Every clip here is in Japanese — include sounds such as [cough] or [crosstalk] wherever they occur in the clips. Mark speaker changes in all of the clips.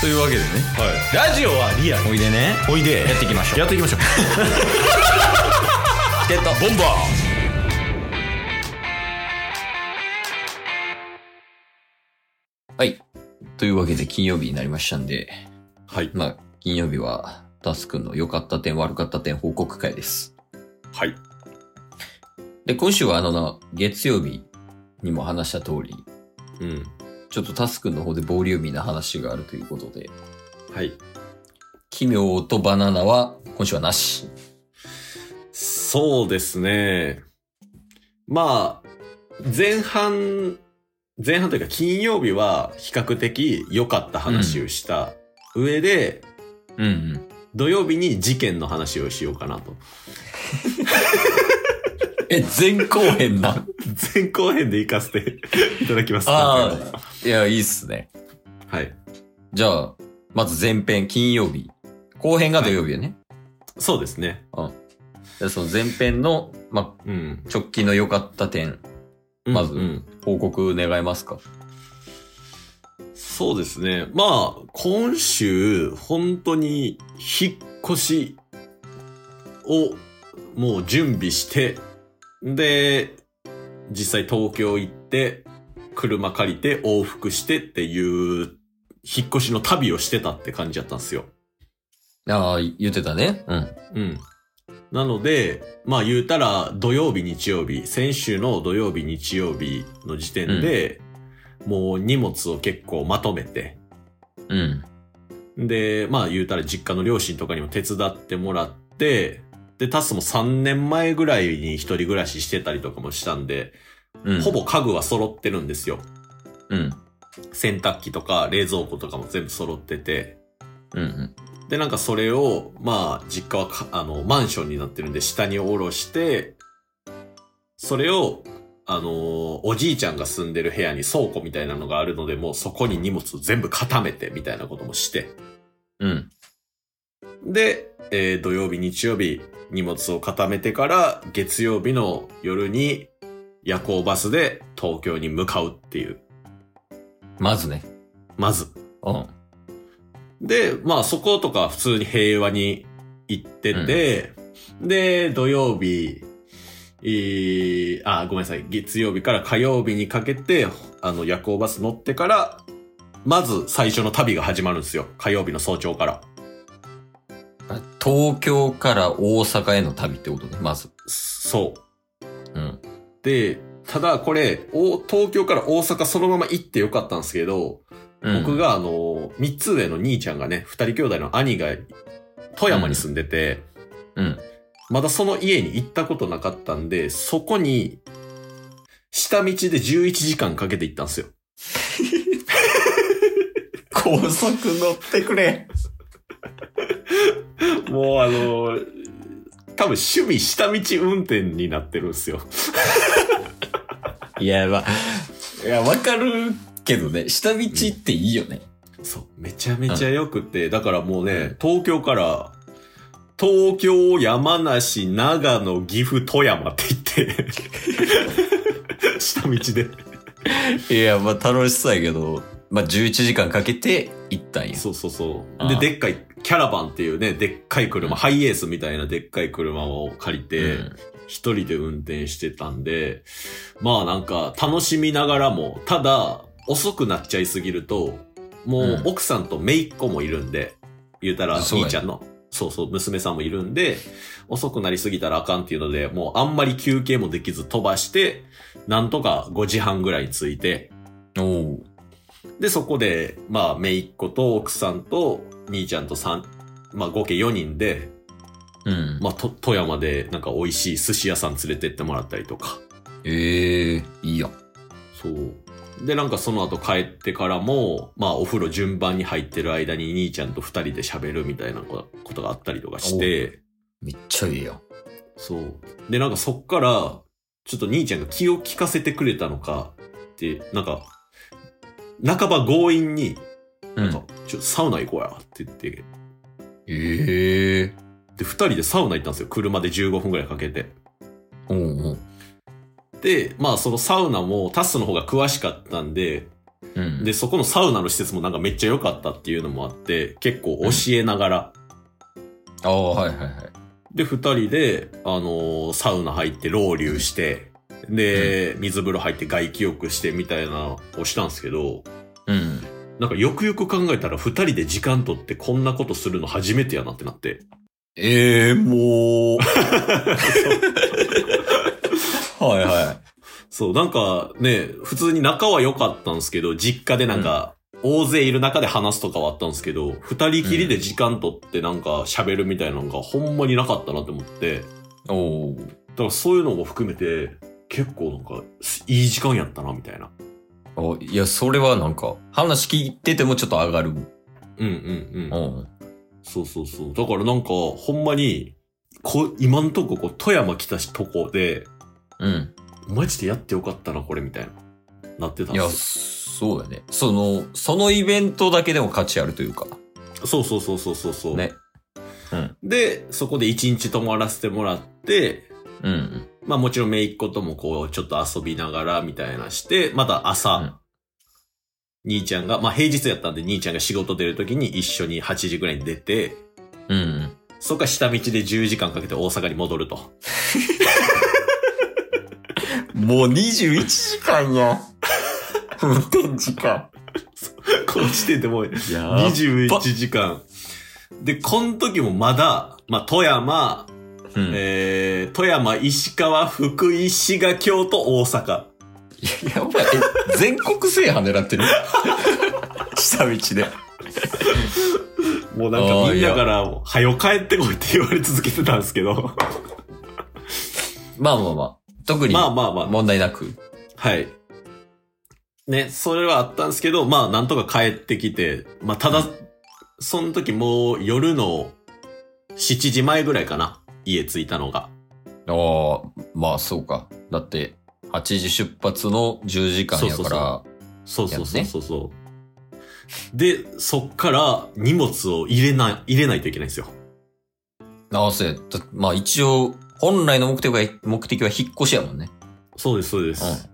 Speaker 1: というわけでね
Speaker 2: ラジオはリアル
Speaker 1: おいでね
Speaker 2: おいで
Speaker 1: やっていきましょう
Speaker 2: やっていきましょう
Speaker 1: チケットボンバーはい。というわけで金曜日になりましたんで、
Speaker 2: はい
Speaker 1: まあ、金曜日は、タスクの良かった点、悪かった点報告会です。
Speaker 2: はい
Speaker 1: で、今週はあのな、月曜日にも話した通り、
Speaker 2: うん
Speaker 1: ちょっとタスクの方でボリューミーな話があるということで、
Speaker 2: はい
Speaker 1: 奇妙とバナナは今週はなし。
Speaker 2: そうですねまあ前半前半というか金曜日は比較的良かった話をした上で、
Speaker 1: うんうん。
Speaker 2: 土曜日に事件の話をしようかなと
Speaker 1: え、前後編な。
Speaker 2: 前後編で行かせていただきます
Speaker 1: あ
Speaker 2: 今回はい
Speaker 1: や、いいっすね。
Speaker 2: はい
Speaker 1: じゃあ、まず前編、金曜日。後編が土曜日よね。
Speaker 2: そうですね
Speaker 1: でその前編の、まあ、
Speaker 2: うん
Speaker 1: 直近の良かった点、まず
Speaker 2: うん
Speaker 1: 報告願いますか。
Speaker 2: そうですね。まあ、今週、本当に、引っ越しを、もう準備して、で、実際東京行って、車借りて往復してっていう、引っ越しの旅をしてたって感じだったんですよ。
Speaker 1: ああ、言ってたね。うん。
Speaker 2: うん。なので、まあ言うたら土曜日、日曜日、先週の土曜日、日曜日の時点で、もう荷物を結構まとめて、
Speaker 1: うん。
Speaker 2: で、まあ言うたら実家の両親とかにも手伝ってもらって、で、タスも3年前ぐらいに一人暮らししてたりとかもしたんで、
Speaker 1: うん。
Speaker 2: ほ。ぼ家具は揃ってるんですよ。
Speaker 1: うん。
Speaker 2: 洗濯機とか冷蔵庫とかも全部揃ってて。
Speaker 1: うんうん。
Speaker 2: で、なんかそれを、まあ、実家はか、あの、マンションになってるんで、下に下ろして、それを、あのーおじいちゃんが住んでる部屋に倉庫みたいなのがあるので、もうそこに荷物を全部固めて、みたいなこともして。
Speaker 1: うん。
Speaker 2: で、えー土曜日、日曜日、荷物を固めてから、月曜日の夜に夜行バスで東京に向かうっていう、
Speaker 1: まずね。
Speaker 2: まず。
Speaker 1: うん。
Speaker 2: で、まあそことか普通に平和に行ってて、で、土曜日、えーあ、ごめんなさい、月曜日から火曜日にかけて、あの夜行バス乗ってから、まず最初の旅が始まるんですよ。火曜日の早朝から。
Speaker 1: 東京から大阪への旅ってことね、まず。
Speaker 2: そう。
Speaker 1: うん。
Speaker 2: で、ただこれ、お東京から大阪そのまま行ってよかったんですけど、
Speaker 1: うん、
Speaker 2: 僕。があの、三つ上の兄ちゃんがね、二人兄弟の兄が富山に住んでて、
Speaker 1: うん。
Speaker 2: まだその家に行ったことなかったんで、そこに、下道で11時間かけて行ったんですよ。
Speaker 1: 高速乗ってくれ。
Speaker 2: もうあの、多分趣味下道運転になってるんですよ。
Speaker 1: [laughs] いや、まあ、いや、わかるけどね、下道っていいよね。
Speaker 2: そう、めちゃめちゃ良くて、だからもうね、東京から、東京、山梨、長野、岐阜、富山って言って、 [laughs] 下道で。
Speaker 1: いや、まあ楽しそうやけど、まあ11時間かけて行ったんや。
Speaker 2: そうそうそう。
Speaker 1: あ
Speaker 2: で、
Speaker 1: あ
Speaker 2: でっかい、キャラバンっていうね、でっかい車、ハイエースみたいなでっかい車を借りて、
Speaker 1: うん
Speaker 2: 一人で運転してたんで、まあなんか楽しみながらも、ただ遅くなっちゃいすぎると、もう奥さんと姪っ子もいるんで、言うたら
Speaker 1: そうや
Speaker 2: 兄ちゃんの、そうそう、娘さんもいるんで、遅くなりすぎたらあかんっていうので、もうあんまり休憩もできず飛ばして、なんとか5時半ぐらいに着いて、
Speaker 1: おう
Speaker 2: で、そこで、まあ、姪っ子と奥さんと兄ちゃんと三、まあ、合計4人で、
Speaker 1: うん。
Speaker 2: まあ、と富山でなんか美味しい寿司屋さん連れてってもらったりとか。
Speaker 1: ええいいやん。
Speaker 2: そう。で、なんかその後帰ってからも、まあお風呂順番に入ってる間に兄ちゃんと二人で喋るみたいなことがあったりとかして、
Speaker 1: めっちゃいいやん。
Speaker 2: そう。で、なんかそっから、ちょっと兄ちゃんが気を利かせてくれたのかって、なんか、半ば強引に、
Speaker 1: う
Speaker 2: なんか。、ちょ、サウナ行こうや、って言って、
Speaker 1: ええ
Speaker 2: で、二人でサウナ行ったんですよ。車で15分ぐらいかけて。
Speaker 1: おうおう。
Speaker 2: で、まあそのサウナもタスの方が詳しかったんで、
Speaker 1: うん。
Speaker 2: で、そこのサウナの施設もなんかめっちゃ良かったっていうのもあって、結構教えながら、
Speaker 1: ああ、はいはいはい。
Speaker 2: で、二人で、あのーサウナ入って、老流して、で、水風呂入って外気浴してみたいなのをしたんですけど、
Speaker 1: うん。
Speaker 2: なんかよくよく考えたら二人で時間取ってこんなことするの初めてやなってなって。
Speaker 1: ええもう。 [laughs] はいは
Speaker 2: そう、なんかね、普通に仲は良かったんですけど、実家でなんか、大勢いる中で話すとかはあったんですけど、二人きりで時間取ってなんか喋るみたいなのがほんまになかったなって思って、
Speaker 1: い。おお。
Speaker 2: だからそういうのも含めて、結構なんか、いい時間やったな、みたいな。
Speaker 1: おいや、それはなんか、話聞いててもちょっと上がる。
Speaker 2: うんうんうん。
Speaker 1: うん。
Speaker 2: そうそうそう。だからなんか、ほんまに、こ今んとここう、富山来たしとこで、
Speaker 1: うん。
Speaker 2: マジでやってよかったな、これ、みたいな。なってたん
Speaker 1: いや、
Speaker 2: です
Speaker 1: そうだね。その、そのイベントだけでも価値あるというか。
Speaker 2: よ。そうそうそうそうそうそう。
Speaker 1: ね。
Speaker 2: で、そこで一日泊まらせてもらって、
Speaker 1: うん。
Speaker 2: まあもちろん姪っ子ともこう、ちょっと遊びながら、みたいなして、また朝、
Speaker 1: うん
Speaker 2: 兄ちゃんが、まあ平日やったんで、兄ちゃんが仕事出る時に一緒に8時ぐらいに出て、
Speaker 1: うん。
Speaker 2: そっから下道で10時間かけて大阪に戻ると。
Speaker 1: もう21時間や。運転時間。
Speaker 2: [laughs] この時点でもう、
Speaker 1: いやー
Speaker 2: 21時間。で、この時もまだ、まあ、富山、
Speaker 1: うん
Speaker 2: えー、富山、石川、福井、滋賀、京都、大阪。
Speaker 1: やばい。え全国制覇狙 [laughs] ってる下道で。
Speaker 2: もうなん
Speaker 1: あ
Speaker 2: か
Speaker 1: ー
Speaker 2: みん
Speaker 1: い
Speaker 2: な
Speaker 1: や
Speaker 2: から、はよ帰ってこいって言われ続けてたんですけど。
Speaker 1: まあまあまあ。特に
Speaker 2: まあまあまあ、
Speaker 1: 問題なく。
Speaker 2: はい。ね、それはあったんですけど、まあ、なんとか帰ってきて、まあ、ただ、その時もう夜の7時前ぐらいかな。家着いたのが。
Speaker 1: ああ、まあそうか。だって、8時出発の10時間やから。
Speaker 2: そうそうそそうそうそうそうそう。で、そっから荷物を入れない、入れないといけないんですよ。
Speaker 1: ああ、そうや。だまあ一応、本来の目的は、目的は引っ越しやもんね。
Speaker 2: そうです、そうです。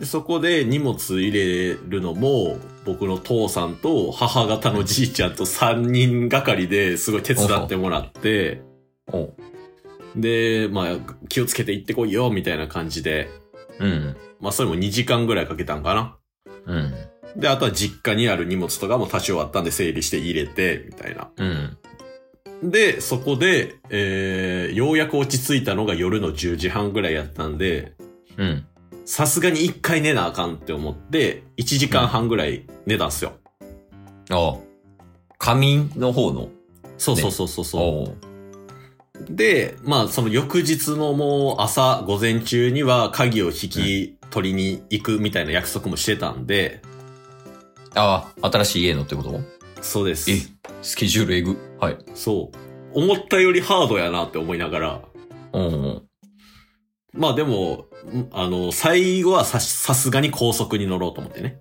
Speaker 2: で、そこで荷物入れるのも、僕の父さんと母方のじいちゃんと3人がかりですごい手伝ってもらって、
Speaker 1: うん。おう
Speaker 2: で、まあ、気をつけて行ってこいよ、みたいな感じで、
Speaker 1: うん。
Speaker 2: まあ、それも2時間ぐらいかけたんかな。
Speaker 1: うん。
Speaker 2: で、あとは実家にある荷物とかも多少あったんで整理して入れて、みたいな。
Speaker 1: うん。
Speaker 2: で、そこで、えー、ようやく落ち着いたのが夜の10時半ぐらいやったんで、
Speaker 1: うん。
Speaker 2: さすがに一回寝なあかんって思って、1時間半ぐらい寝たんすよ。
Speaker 1: ああ。仮眠の方の。
Speaker 2: そうそうそうそうそう。
Speaker 1: おう
Speaker 2: で、まあその翌日のもう朝、午前中には鍵を引き取りに行くみたいな約束もしてたんで、
Speaker 1: ああ、新しい家のってこと
Speaker 2: そうです。
Speaker 1: え、スケジュールえぐ。はい。
Speaker 2: そう。思ったよりハードやなって思いながら、
Speaker 1: うんうん。
Speaker 2: まあでも、んあの、最後はささすがに高速に乗ろうと思ってね。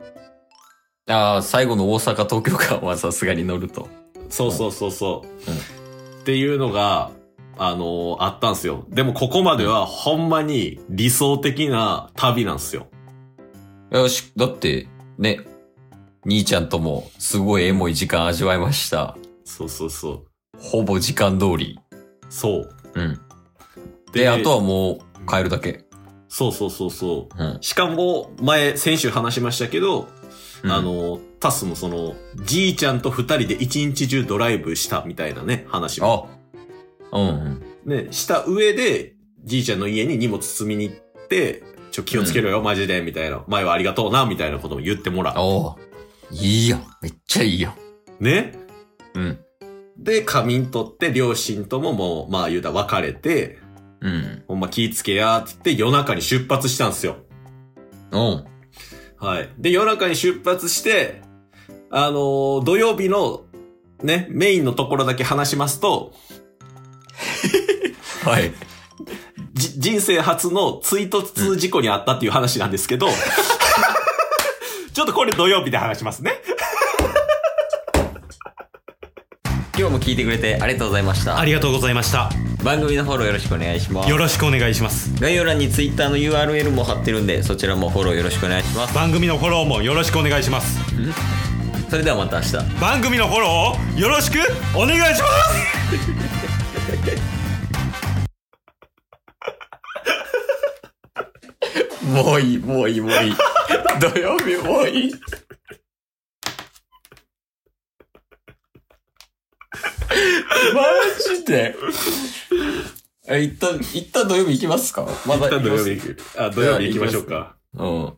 Speaker 1: ああ、最後の大阪、東京 [laughs] 間はさすがに乗ると。
Speaker 2: そうそうそうそう。っていうのが、あのーあったんすよ。でもここまではほんまに理想的な旅なんすよ。
Speaker 1: よし、だって、ね、兄ちゃんともすごいエモい時間味わいました。
Speaker 2: そうそうそう。
Speaker 1: ほぼ時間通り。
Speaker 2: そう。
Speaker 1: うん。で、あとはもう変えるだけ。
Speaker 2: そうそうそうそ
Speaker 1: うん。
Speaker 2: う。しかも、前、先週話しましたけど、あ
Speaker 1: うん、
Speaker 2: のー、タスもその、じいちゃんと二人で一日中ドライブしたみたいなね、話も。
Speaker 1: あ、うんうん。
Speaker 2: ね、した上で、じいちゃんの家に荷物積みに行って、ちょ、気をつけろよ、マジで、みたいな。前はありがとうな、みたいなことも言ってもらう。
Speaker 1: おういいやん。めっちゃいいやん。
Speaker 2: ね。
Speaker 1: うん。
Speaker 2: で、仮眠取って、両親とももう、まあ言うたら別れて、
Speaker 1: うん。
Speaker 2: ほんま気ぃつけや、って言って夜中に出発したんですよ。
Speaker 1: うん。
Speaker 2: はい。で、夜中に出発して、あのー土曜日の、ね、メインのところだけ話しますと、
Speaker 1: はい。
Speaker 2: じ、人生初の追突事故にあったっていう話なんですけ
Speaker 3: [laughs]
Speaker 2: ど、ちょっとこれ土曜日で話しますね。
Speaker 1: 今日も聞いてくれてありがとうございました。
Speaker 2: りがとうございました。
Speaker 1: 番組のフォローよろしくお願いします
Speaker 3: よろしくお願いします
Speaker 1: 概要欄に Twitter の URL も貼ってるんでそちらもフォローよろしくお願いします
Speaker 3: 番組のフォローもよろしくお願いします
Speaker 1: それではまた明日
Speaker 3: 番組のフォローをよろしくお願いします
Speaker 1: もういいもういいもうい
Speaker 2: [laughs]
Speaker 1: い土曜日もういいマジでえ、一旦、一旦土曜日行きますかまだ
Speaker 2: 一旦土曜日
Speaker 1: 行き
Speaker 2: 行く。あ、土曜日行きましょうか。
Speaker 1: ますうん。